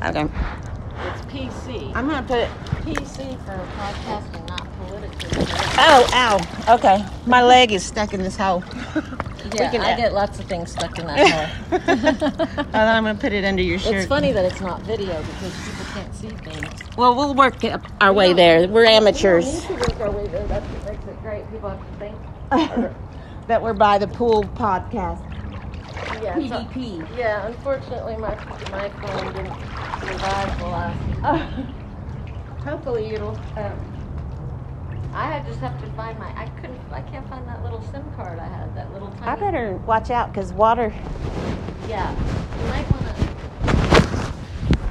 I don't, It's PC. I'm gonna put it, PC for podcasting, not politically. correct. oh, ow, okay. My leg is stuck in this hole. Yeah, can I add- get lots of things stuck in that hole. And I'm gonna put it under your shirt. It's funny that it's not video because people can't see things. Well, we'll work it up our way there. We're amateurs. We don't need to work our way there. That's what makes it great. People have to think. That we're by the pool podcast. Yeah, so- PDP. yeah. Unfortunately, my my phone didn't survive the last. hopefully, it'll. Um, I just have to find my. I couldn't. I can't find that little SIM card I had. That little tiny. I better watch out because water. Yeah. You might want to.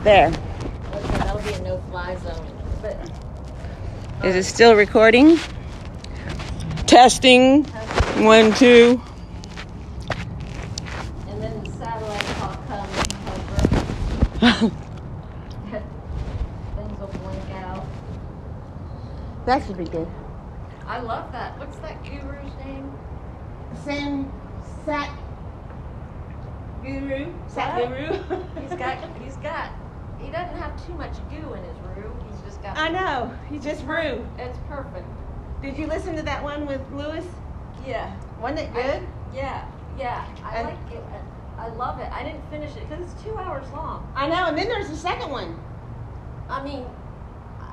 There. Okay, that'll be a no-fly zone. But Is it still recording? Testing. One, two. and then the satellite call comes over. Things will blink out. that should be good. I love that. What's that guru's name? Sam Sat Guru. Sat What? Guru. He's got. He's got. He doesn't have too much goo in his room. He's just got. I know. He just Rue. It's perfect. Did you listen to that one with Lewis? Yeah. Wasn't it I- good? Yeah. Yeah. I And- like it. I love it. I didn't finish it because it's two hours long. I know. And then there's the second one. I mean,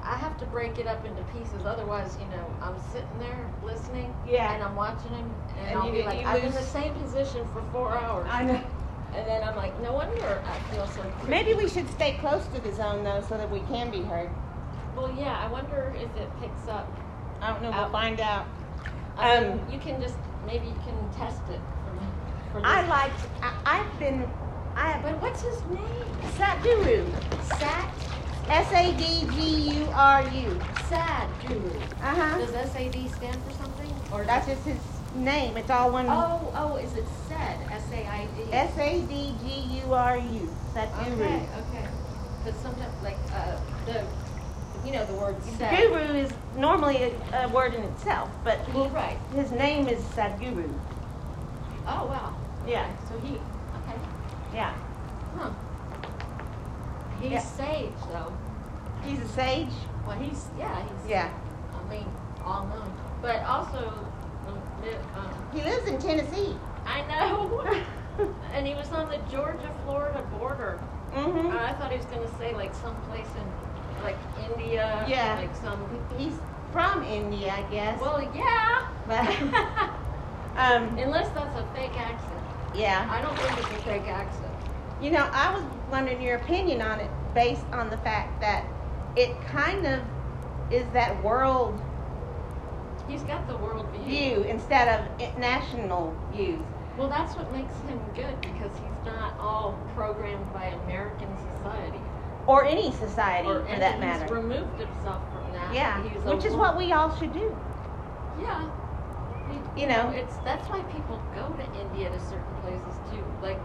I have to break it up into pieces. Otherwise, you know, I'm sitting there listening. Yeah. And I'm watching him, and, And I'll you- be like, you I'm in the lose- same position for four hours. I know. And then I'm like, no wonder I feel so. creepy. Maybe we should stay close to the zone though, so that we can be heard. Well, yeah. I wonder if it picks up. I don't know. We'll Out. find out. I Um, mean, you can just maybe you can test it. For, for I this. liked. I, I've been. I have But what's his name? Sat Guru. Sad, S A D G U R U. sad guru. Uh huh. Does SAD stand for something? Or That's just his name. It's all one. Oh, oh, is it said? S A I D. S A D G U R U. Sat Guru. Okay, okay. But sometimes, like, uh, the, you know, the word set. Guru is normally a, a word in itself, but Well, right. his name is Sadhguru. Oh, wow. Yeah, So he, okay. yeah. Huh. He's Yeah. sage, though. He's a sage. Well, he's, yeah, he's, Yeah. I mean, all known. But also, um, it, um, He lives in Tennessee. I know. and he was on the Georgia Florida border. Mm-hmm. I thought he was going to say, like, someplace in, like, India. Yeah. Like, some. He's from India, I guess. Well, yeah. but um, Unless that's a fake accent. yeah. I don't think it's a fake accent. You know, I was wondering your opinion on it based on the fact that it kind of is that world He's got the world view. view instead of it- national views. Well, that's what makes him good because he's not all programmed by American society. Or any society, for and that he's matter. removed himself from that. yeah, He's a which is wo- what we all should do. Yeah. He- You know. it's that's why people go to India to certain places too. Like,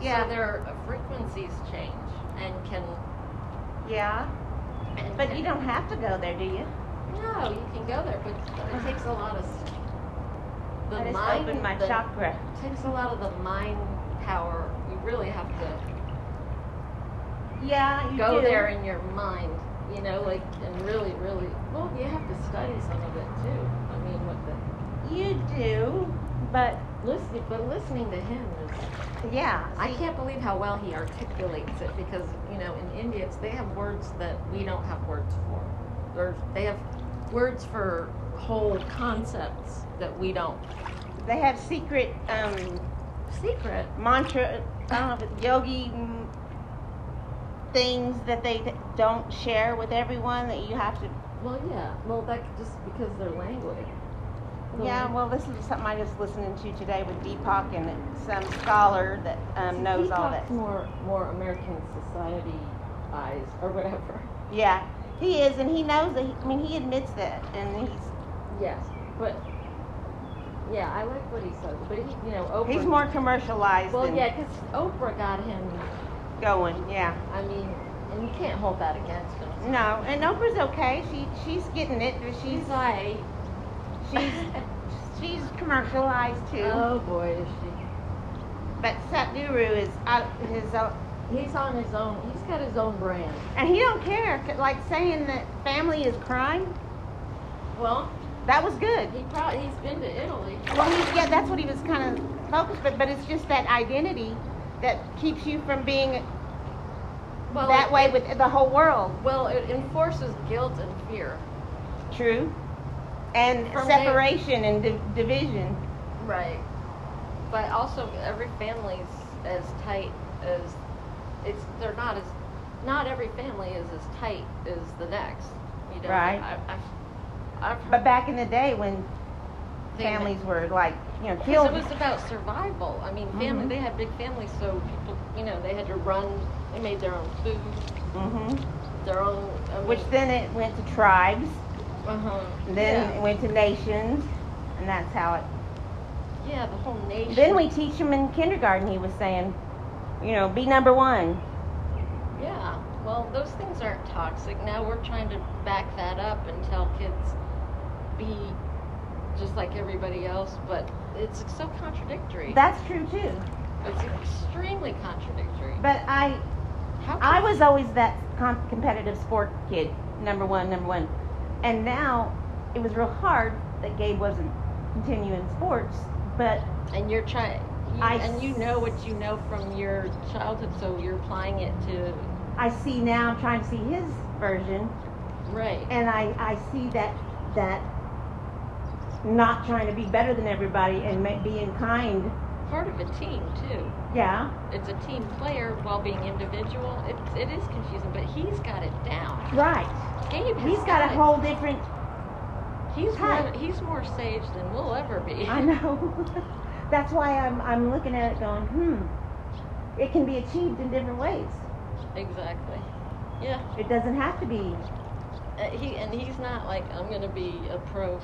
so their uh, frequencies change and can. yeah. And But can- you don't have to go there, do you? No, you can go there, but Uh-huh. it takes a lot of. s- The I just mind, opened my the- chakra. takes a lot of the mind power. You really have to Yeah, you go do. there in your mind, you know, like and really, really. Well, you have to study some of it too. I mean, what the You do, but listening, but listening to him is. yeah, I can't believe how well he articulates it because you know in India it's, they have words that we don't have words for. There's, they have words for whole concepts that we don't. they have secret um, Secret. mantra. I don't know if it's yogi mm, things that they th- don't share with everyone that you have to. Well, yeah. Well, that could just because their language. Mm-hmm. Yeah, well, this is something I just listening to today with Deepak and some scholar that um, knows all that. Peacock's More, more American society eyes or whatever. Yeah, he is, and he knows that. He, I mean, he admits that, and he's Yes, but yeah, I like what he says. But he, you know, Oprah. he's more commercialized well, than yeah, because Oprah got him. going. Yeah. I mean, and you can't hold that against him. No, and Oprah's okay. She she's getting it. but She's She's like, she's she's commercialized too. oh boy, is she? but Satguru is out his uh, he's on his own. He's got his own brand. And he don't care, 'cause, like saying that family is crime. Well, That was good. he probably he's been to Italy. Well, he, yeah, that's what he was kind of focused, but but it's just that identity that keeps you from being Well, that it- way with the whole world. Well, it enforces guilt and fear. True. And From day- separation and di- division. Right. But also, every family's as tight as it's. They're not as. Not every family is as tight as the next. You know. Right. I, I've, I've heard But back in the day when things- families were like, you know, Because killed. it was about survival. I mean, family. Mhm. They had big families, so people. You know, they had to run. They made their own food. hmm Their own. I Which then it went to tribes, uh and then it went to nations, and that's how it Yeah. yeah, the whole nation. Then we teach him in kindergarten, he was saying, you know, be number one. Yeah, well, those things aren't toxic. Now we're trying to back that up and tell kids be just like everybody else, but it's so contradictory. That's true too. it's extremely contradictory. But I, How can, I was always that com- competitive sport kid, number one, number one. And now it was real hard that Gabe wasn't continuing sports, but and you're trying, you, I and you know what you know from your childhood, so you're applying it to I see now, I'm trying to see his version, right. and I, I see that, that not trying to be better than everybody and ma- being kind. Part of a team too. Yeah. It's a team player while being individual. It's it is confusing, but he's got it down. Right. Gabe, has He's got a it. whole different He's Hi. more, he's more sage than we'll ever be. I know. That's why I'm I'm looking at it going, hmm. It can be achieved in different ways. Exactly. Yeah. It doesn't have to be. Uh, he and he's not like I'm gonna be a pro.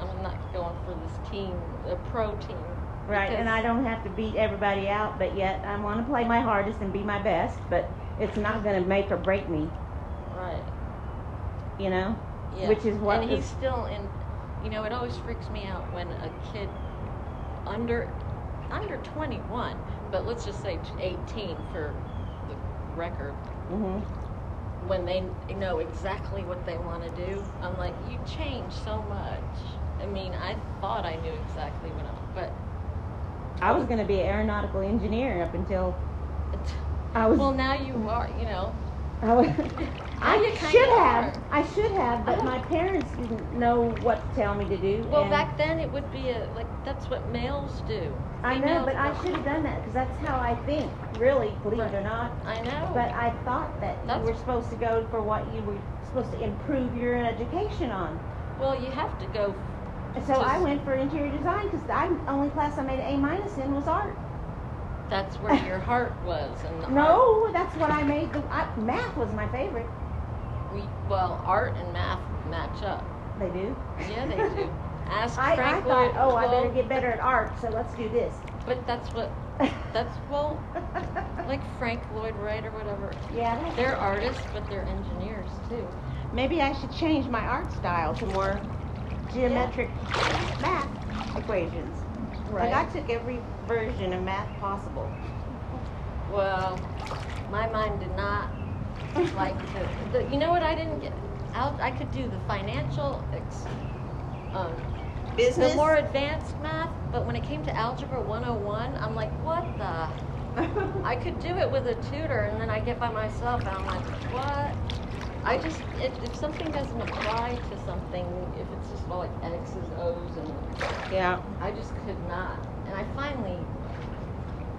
I'm not going for this team, a pro team. Right. Because- And I don't have to beat everybody out, but yet I want to play my hardest and be my best, but it's not going to make or break me, Right. you know? Yeah. Which is what And is- he's still in. You know, it always freaks me out when a kid under under 21, but let's just say 18 for the record, hmm when they know exactly what they want to do, I'm like, you change so much. I mean, I thought I knew exactly what I, but I was going to be an aeronautical engineer up until I was. well, now you are, you know. I, was, I you kinda should have. are. I should have, but my parents didn't know what to tell me to do. Well, and- back then it would be a like that's what males do. I They know, but I what- should have done that because that's how I think, really, believe it or Right. not. I know. But I thought that you That's- were supposed to go for what you were supposed to improve your education on. well, you have to go. And so I Just- went for interior design because the only class I made an A minus in was art. That's where your heart was, and the art- No, that's what I made. The, I, math was my favorite. we, well, art and math match up. They do. Yeah, they do. Ask I, I Frank thought, Lloyd- oh, I better well, get better at art, so let's do this. But that's what that's well, like Frank Lloyd Wright or whatever. yeah. That's, They're artists, but they're engineers too. Maybe I should change my art style to more geometric math equations. Like I took every version of math possible. Well, my mind did not like to. The, you know what? I didn't get. Out, I could do the financial, ex, um, the Business. more advanced math, but when it came to algebra 101, I'm like, what the? I could do it with a tutor, and then I get by myself, and I'm like, what? I just if, if something doesn't apply to something, if it's just all like X's, O's, and yeah. I just could not, and I finally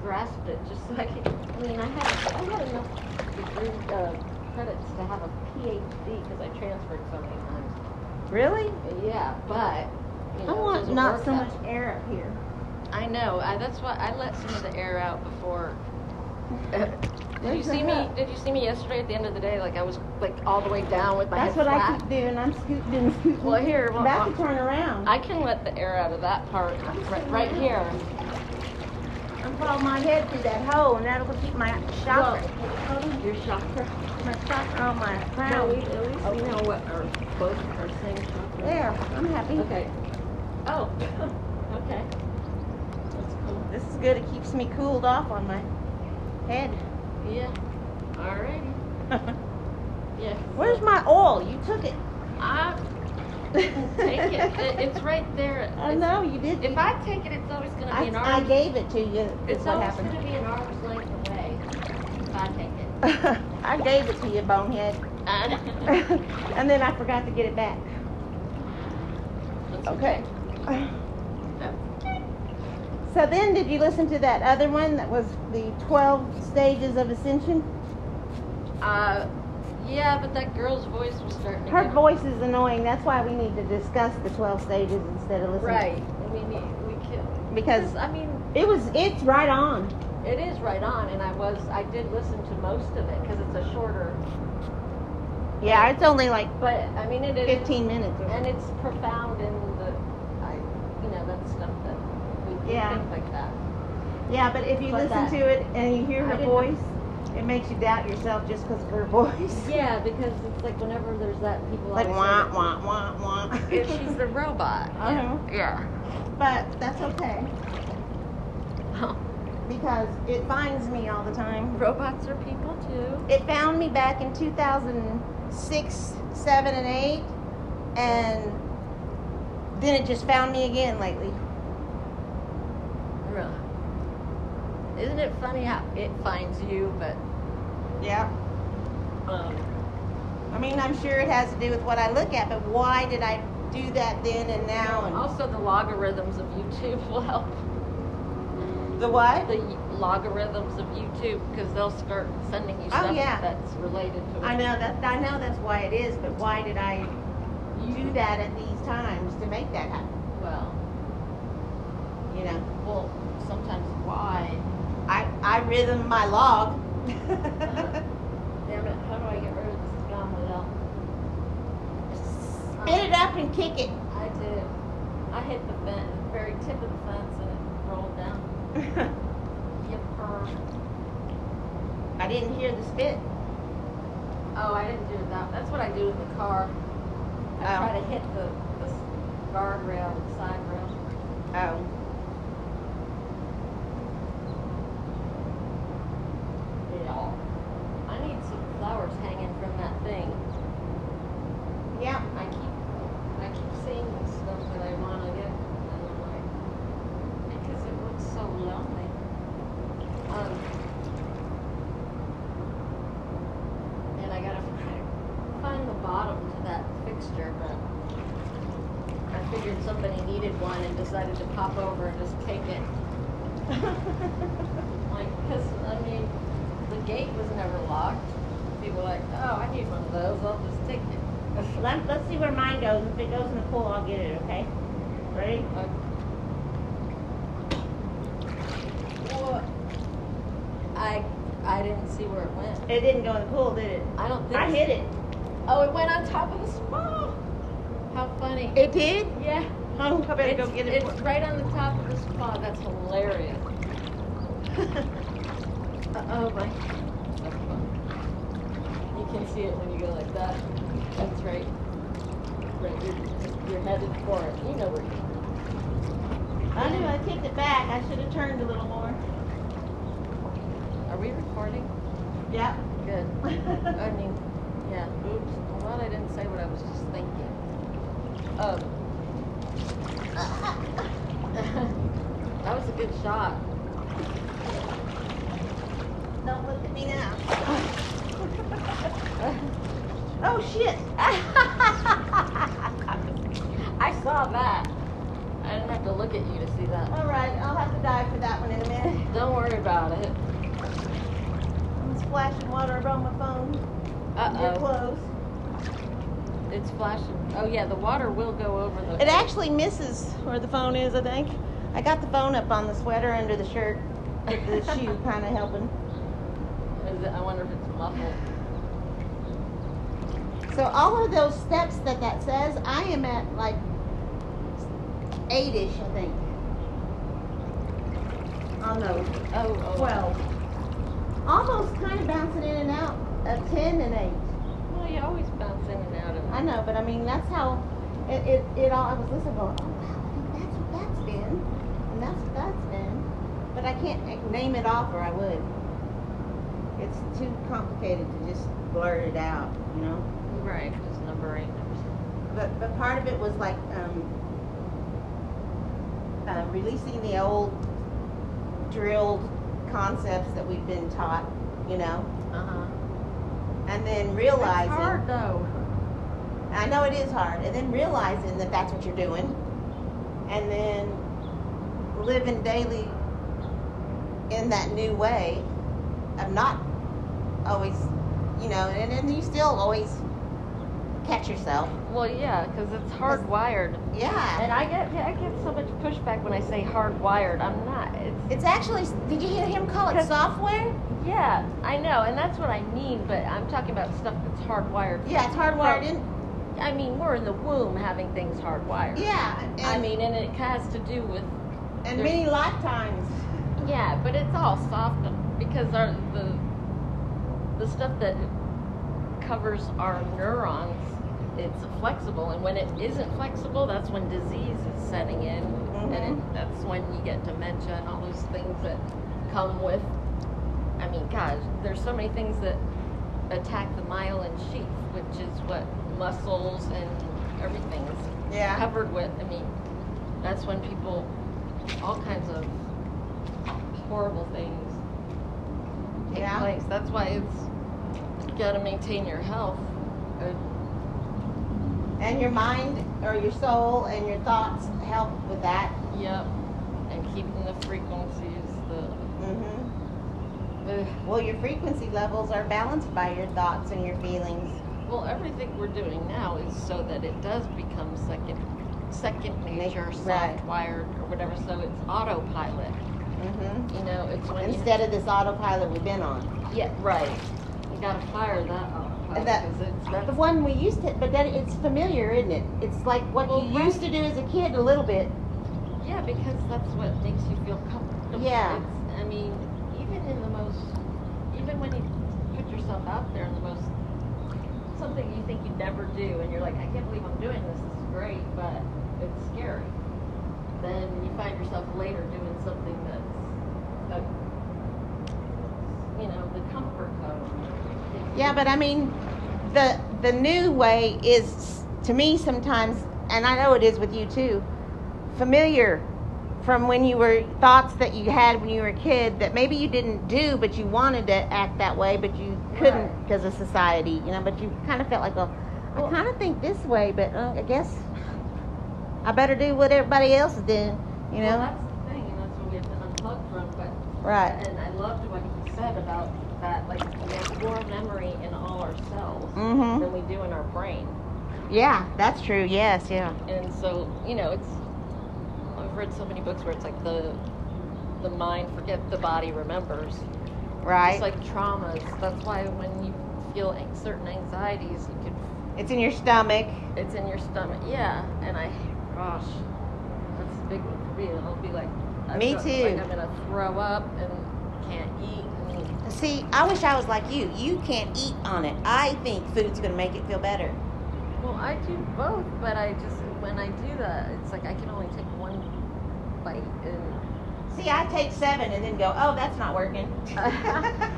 grasped it. Just so I could. I mean, I had I had enough degree uh, credits to have a PhD because I transferred so many times. Really? Yeah, but you I know, it want doesn't not work so that- much air up here. I know. I, that's why I let some of the air out before. Did you Raise see it me? up. Did you see me yesterday at the end of the day? Like I was like all the way down with my That's head what flat. I keep doing. I'm scooting and scooting. Well, here, I'm well, about uh, to turn around. I can let the air out of that part right, right here. I'm putting my head through that hole, and that'll keep my chakra. Your chakra. my chakra on my No, crown. we at least we know what our both are saying. chakra. there, I'm happy. Okay. Oh. okay. That's cool. This is good. It keeps me cooled off on my head. Yeah. all. You took it. I take it. it. It's right there. I It's- know you did. If I take it, it's always going to I, be an I arm. gave it to you. is It's what always going happened. to be an arm's length away. If I take it. I gave it to you, bonehead. and then I forgot to get it back. It's Okay. So then, did you listen to that other one that was the 12 stages of ascension? Uh, yeah, but that girl's voice was starting to Her get- voice is annoying. That's why we need to discuss the 12 stages instead of listening. Right. I mean, it- we can. Because I mean, it was, it's right on. it is right on, and I was, I did listen to most of it because it's a shorter. Yeah, it's only like But I mean, it is. 15 minutes. or- And it's profound in the, I, you know, that stuff that we we Yeah. think like that. Yeah, but if you But listen that- to it and you hear I her didn't- voice, it makes you doubt yourself just because of her voice. Yeah, because it's like whenever there's that people Like wah, always wah, wah, wah. say, "Yeah, she's the robot. Uh-huh. Yeah. But that's okay Oh, because it finds me all the time. robots are people too. It found me back in 2006, 7, and 8, and then it just found me again lately. Really. Isn't it funny how it finds you, but Yeah. um, I mean, I'm sure it has to do with what I look at, but why did I do that then and now? also the logarithms of YouTube will help. And the what? The logarithms of YouTube because they'll start sending you Oh, stuff yeah. that's related to it. I know that I know that's why it is, but why did I do that at these times to make that happen? Well, You know, well, sometimes why? I I rhythm my log. Damn it! How do I get rid of this gum without? Um, Spit it up and kick it. I did. I hit the fence, the very tip of the fence, and it rolled down. Yipper. I didn't hear the spit. Oh, I didn't do that. That's what I do in the car. I Oh. try to hit the, the s- guardrail, the side rail. Oh. Yeah. I need some flowers hanging from that thing. Yeah. I keep, I keep seeing the stuff that I want to get, and I'm like, because it looks so lonely. Um, and I gotta fi- find the bottom to that fixture, but I figured somebody needed one and decided to pop over and just take it. Like, because, I mean, the gate was never locked. People were like, oh, I need one of those, I'll just take it. Let, let's see where mine goes. If it goes in the pool, I'll get it, okay? Ready? Okay. Well, I I didn't see where it went. It didn't go in the pool, did it? I don't think I hit it. Oh, it went on top of the spa. How funny! It did? yeah, Oh, I better it's, go get it. it's right on the top of the spa. That's hilarious. Uh oh, my. That's fun. You can see it when you go like that. That's right. Right, you're, you're headed for it. You know where you're going. I knew I kicked it back. I should have turned a little more. Are we recording? Yeah. Good. I mean, yeah, oops, I'm glad I didn't say what I was just thinking. Um. That was a good shot. Don't look at me now. Oh shit! I saw that. I didn't have to look at you to see that. All right, I'll have to dive for that one in a minute. Don't worry about it. I'm splashing water around my phone. You're Uh-oh, close. it's flashing. Oh yeah, the water will go over the. It actually misses where the phone is. I think. I got the phone up on the sweater under the shirt, with the shoe kind of helping. Is it- I wonder if it's muffled. So all of those steps that that says, I am at like eight-ish, I think. Oh no, Oh, oh. twelve. Almost kind of bouncing in and out of ten and eight. Well, you always bounce in and out of. I know, but I mean, that's how it, it, it all, I was listening going, oh wow, I think that's what that's been, and that's what that's been. But I can't like, name it off or I would. it's too complicated to just blurt it out, you know? Right, because number eight, number seven. But, but part of it was like, um, uh, releasing the old drilled concepts that we've been taught, you know? Uh-huh. And then It's realizing, hard though. I know it is hard, and then realizing that that's what you're doing. And then living daily in that new way of not always, you know, and, and you still always catch yourself. Well, yeah, because it's hardwired. Yeah. And I get, yeah, I get so much pushback when I say hardwired. I'm not. It's It's actually, did you hear him call it Because- software? yeah, I know, and that's what I mean. But I'm talking about stuff that's hardwired. Yeah, it's hardwired in. I mean, we're in the womb having things hardwired. Yeah. And, I mean, and it has to do with and many lifetimes. Yeah, but it's all soft because our the the stuff that covers our neurons, it's flexible, and when it isn't flexible, that's when disease is setting in, and it, that's when you get dementia and all those things that come with. I mean, gosh, there's so many things that attack the myelin sheath, which is what muscles and everything's Yeah. covered with. I mean, that's when people, all kinds of horrible things take Yeah. place. That's why it's you got to maintain your health. Uh, And your mind or your soul and your thoughts help with that. yep, and keeping the frequencies. The hmm ugh. Well, your frequency levels are balanced by your thoughts and your feelings. well, everything we're doing now is so that it does become second second nature, right. soft wired or whatever. So it's autopilot. hmm You know, it's when you- Instead of this autopilot we've been on, yeah, right. You gotta fire that autopilot That- because it's the that's one we used to. But then it's familiar, isn't it? It's like what Well, you right. used to do as a kid, a little bit. Yeah, because that's what makes you feel comfortable. Yeah. It's, I mean, even in the most, even when you put yourself out there in the most, something you think you'd never do, and you're like, I can't believe I'm doing this, this is great, but it's scary. Then you find yourself later doing something that's, a, you know, the comfort zone. Yeah, but I mean, the the new way is to me sometimes, and I know it is with you too, familiar from when you were thoughts that you had when you were a kid that maybe you didn't do, but you wanted to act that way, but you couldn't Right. because of society, you know. But you kind of felt like, well, Well- I kind of think this way, but uh, I guess I better do what everybody else is doing, you Well, know? that's the thing, and that's what we have to unplug from, but Right. And I loved what he said about that, like we have more memory in all ourselves Mm-hmm. than we do in our brain. Yeah, that's true. Yes. Yeah. And so, you know, it's I've read so many books where it's like the the mind forget the body remembers. Right. It's like traumas. That's why when you feel an- certain anxieties, you could it's in your stomach. it's in your stomach. Yeah, and I gosh, that's a big one for me. I'll be like, I Me feel too. Like I'm gonna throw up and can't eat. And See, I wish I was like you. You can't eat on it. I think food's gonna make it feel better. Well, I do both, but I just when I do that, it's like I can only take one bite, and See, I take seven and then go, oh, that's not working.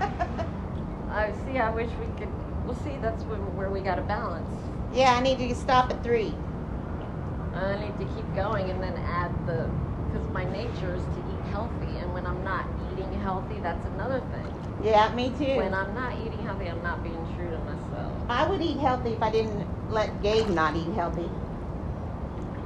I see. I wish we could. Well, see, that's where, where we got to balance. yeah, I need to stop at three. I need to keep going, and then add the because my nature is to eat healthy, and when I'm not eating healthy, that's another thing. Yeah, me too. When I'm not eating healthy, I'm not being true to myself. I would eat healthy if I didn't let Gabe not eat healthy.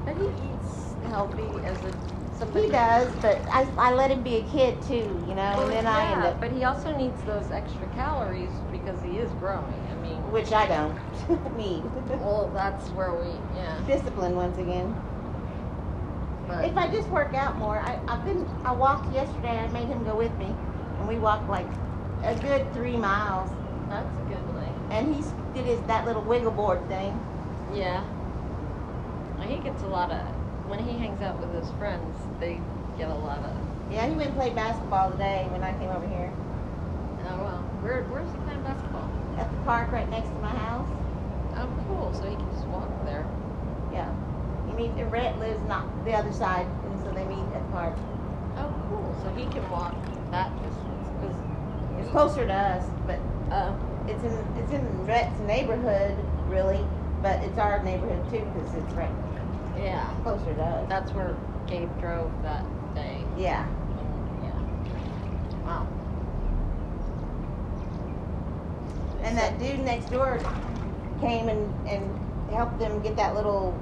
But he eats healthy as a somebody. He does, but I, I let him be a kid too, you know, Well, and then yeah, I end up, but he also needs those extra calories because he is growing. I mean. which I don't need. Well, that's where we, yeah. Discipline once again. But If I just work out more, I, I've been, I walked yesterday, I made him go with me, and we walked like a good three miles. that's a good thing. and he did his that little wiggle board thing. Yeah. Well, he gets a lot of, when he hangs out with his friends, they get a lot of, Yeah, he went and played basketball today when I came over here oh, well, where, where's he playing basketball? at the park right next to my house. Oh, cool. So he can just walk there. Yeah, you meet the Rhett lives not the other side, and so they meet at the park. Oh, cool. So he can walk that distance um, because It's closer to us, but it's in it's in Rhett's neighborhood really, but it's our neighborhood too because it's right yeah. closer to us. That's where Gabe drove that day. Yeah. Yeah. Wow. And that dude next door came and, and helped them get that little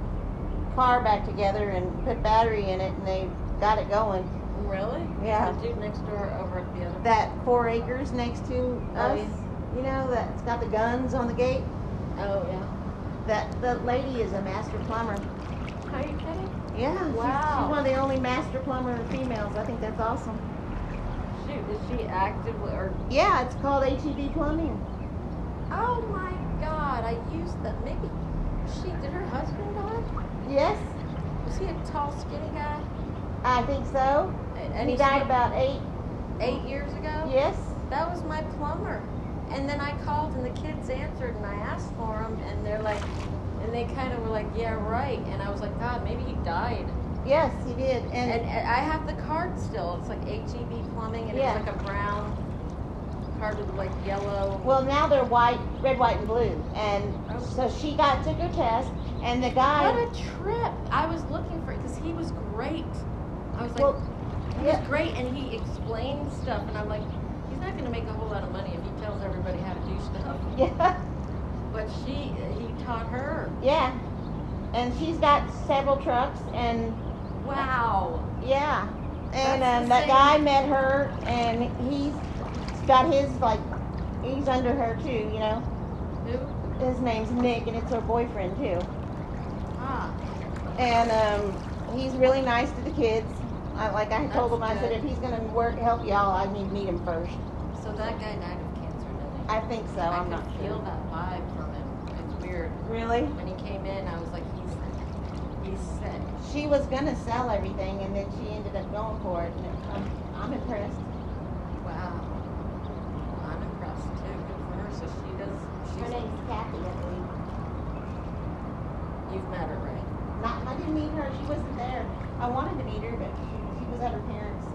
car back together and put battery in it and they got it going. Really? Yeah. The dude next door over at the other. That four acres next to Oh, us, yeah. you know, that's got the guns on the gate. Oh yeah. That the lady is a master plumber. Are you kidding? Yeah. she's- Wow. She's one of the only master plumber females. I think that's awesome. Shoot, is she actively or? Yeah, it's called HEB plumbing. Oh my God! I used that. Maybe she did. Her husband die? Yes, Was he a tall, skinny guy? I think so. And, And he he's died like about eight. eight years ago. Yes. That was my plumber. And then I called and the kids answered and I asked for him and they're like, and they kind of were like, yeah, right. And I was like, God, maybe he died. Yes, he did. And, And and I have the card still. It's like HEB plumbing and Yeah. it's like a brown card with like yellow. Well, now they're white, red, white, and blue. And Oh. so she got took her test, and the what guy. a trip. I was looking for it because he was great. I was like, Well, he yeah. was great and he explained stuff and I'm like, he's not going to make a whole lot of money if he tells everybody how to do stuff. Yeah, But she, he taught her. yeah. And she's got several trucks, and Wow. yeah. And That's um, the that same. guy met her, and he's got his like, he's under her too, you know. Who? His name's Nick, and it's her boyfriend too. Ah, And um, he's really nice to the kids. I, like I told That's him, I said good. if he's gonna work help y'all, I need to meet him first. so that guy died of cancer, didn't he? I think so. I Oh, I'm could not feel sure. that vibe from him. It's weird. Really? When he came in, I was like, he's he's sick. She was gonna sell everything, and then she ended up going for it. And I'm, I'm impressed. Wow. I'm impressed too. Good for her. So she does. Her She's, name's Kathy, I believe. you've met her, right? Not, I didn't meet her. She wasn't there. I wanted to meet her, but she, she was at her parents.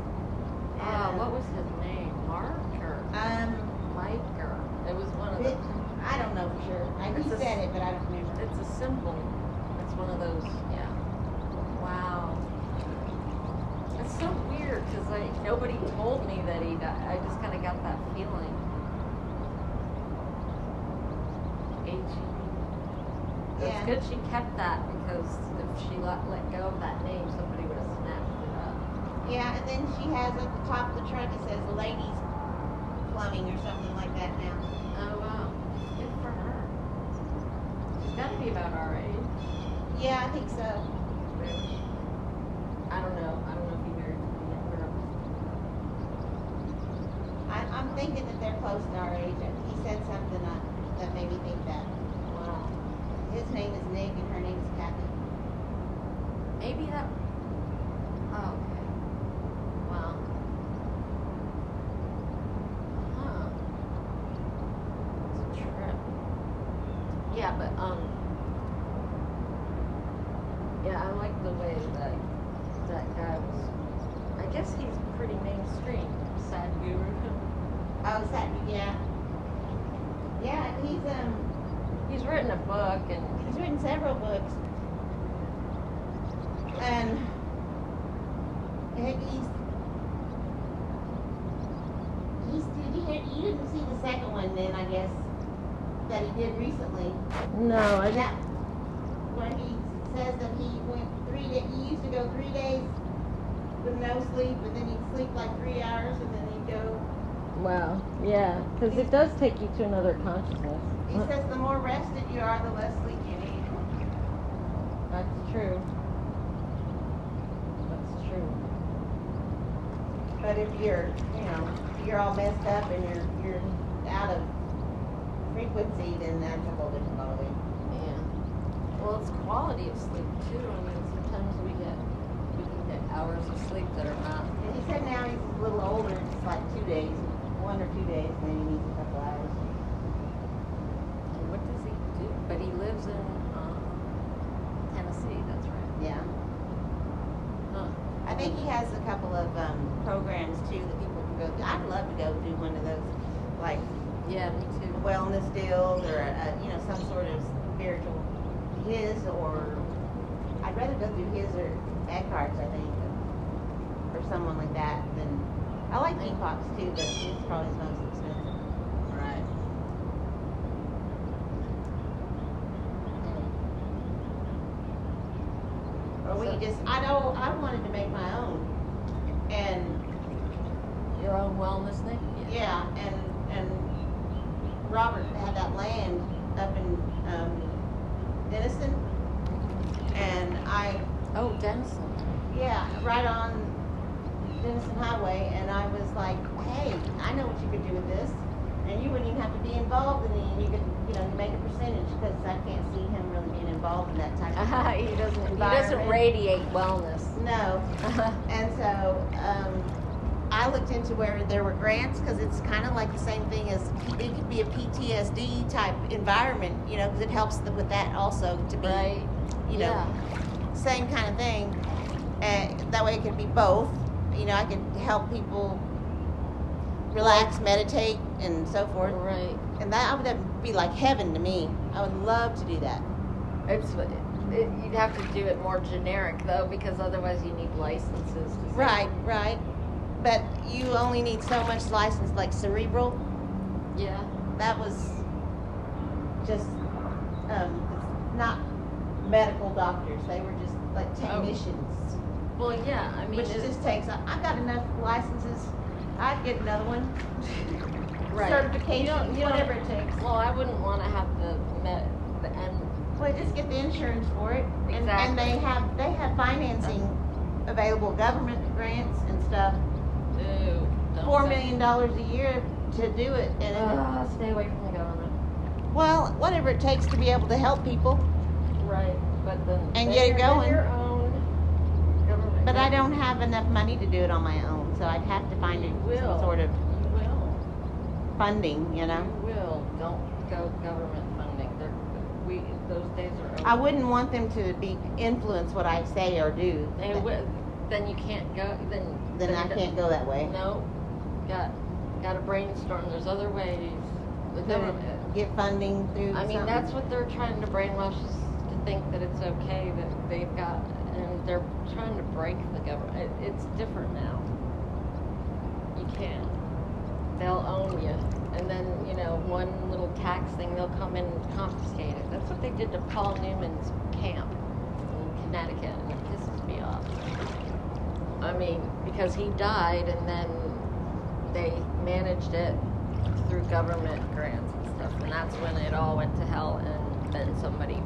Ah, And, what was his name? Mark or Um, Mike or it was one of it, the. I don't know for sure. I, he It's a- said it, but I don't remember. It's a symbol. It's one of those. Yeah. Wow. It's so weird because like nobody told me that he died. I just kind of got that feeling. H. E It's Yeah. good she kept that because if she let, let go of that name, somebody would have snapped it up. Yeah, and then she has at the top of the truck it says "Ladies Plumbing" or something like that now. Oh wow. Good for her. She's got to be about our age. Yeah, I think so. I don't know. I don't know if he married me or I, I'm thinking that they're close to our age. He said something that, that made me think that. Wow. His name is Nick, and her name is Kathy. Maybe that. Oh, okay. Wow. Huh. It's a trip. Yeah, but, um. Yeah, I like the way that that guy was. I guess he's pretty mainstream, sad guru. Oh, is that yeah? Yeah, and he's um He's written a book and. he's written several books, and heck, he's he's did you hear you didn't see the second one then I guess that he did recently. No, I And that where he says that he went three da he used to go three days with no sleep, and then he'd sleep like three hours, and then he'd go. Wow. Yeah, because it does take you to another consciousness. He says the more rested you are, the less sleep you need. That's true. That's true. But if you're, you know, you're all messed up and you're you're out of frequency, then that's a whole different ballgame. Yeah. Well, it's quality of sleep too. I mean, sometimes we get we can get hours of sleep that are not. And he said now he's a little older, it's like two days, one or two days, and then he needs a couple hours. And what does he do? But he lives in um, Tennessee. That's right. Yeah. Huh. I think he has a couple of um, programs too that people can go. I'd love to go do one of those like Yeah, me too. wellness deals or uh, you know some sort of spiritual his or I'd rather go through his or Eckhart's I think or someone like that than I like Epox too but his probably is most expensive. Right. Or we So- just I don't I wanted to make my own and Your own wellness thing? yeah and and Robert had that land up in um, Denison and I Oh, Denison. Yeah, right on Denison Highway, and I was like, hey, I know what you could do with this, and you wouldn't even have to be involved in it, and you could, you know, make a percentage, because I can't see him really being involved in that type of he doesn't. He doesn't Environment. radiate wellness. No, and so, um, I looked into where there were grants, because it's kind of like the same thing as, it could be a PTSD type environment, you know, because it helps th- with that also, to be, right. you know, same kind of thing. And that way it could be both. You know, I could help people relax, meditate, and so Yeah. forth. Right. And that would that'd be like heaven to me. I would love to do that. It's it, you'd have to do it more generic though, because otherwise you need licenses. to- Right, right. But you only need so much license, like cerebral. Yeah. That was just um, it's not medical doctors. They were just like technicians. Well, yeah. Oh. I mean, Which it- just takes, I've got enough licenses, I'd get another one. Right. You don't- Certification, you don't- whatever it takes. well, I wouldn't want to have the met the end. Well, just get the insurance for it. And, and they have, they have financing available, government grants and stuff, Ew, don't four say- million dollars a year to do it. And, Ugh, Uh, stay away from the government. well, whatever it takes to be able to help people, Right. But then. And then you're then going. Your own government. but I don't have enough money to do it on my own, so I'd have to find You it- will. some sort of You will. funding, you know? You will. Don't go government funding. They're, we those days are over. I wouldn't want them to be, influence what I say or do. They wi- then you can't go. Then Then I you can't go that way. don't- No. Got got to brainstorm. There's other ways. The government. Get funding through. I mean, something. that's what they're trying to brainwash us to think that it's okay that they've got, and they're trying to break the government. It, it's different now. You can't. They'll own you, and then you know one little tax thing, they'll come in and confiscate it. That's what they did to Paul Newman's camp in Connecticut, and it pisses me off. I mean, because he died, and then they managed it through government grants and stuff, and that's when it all went to hell, and then somebody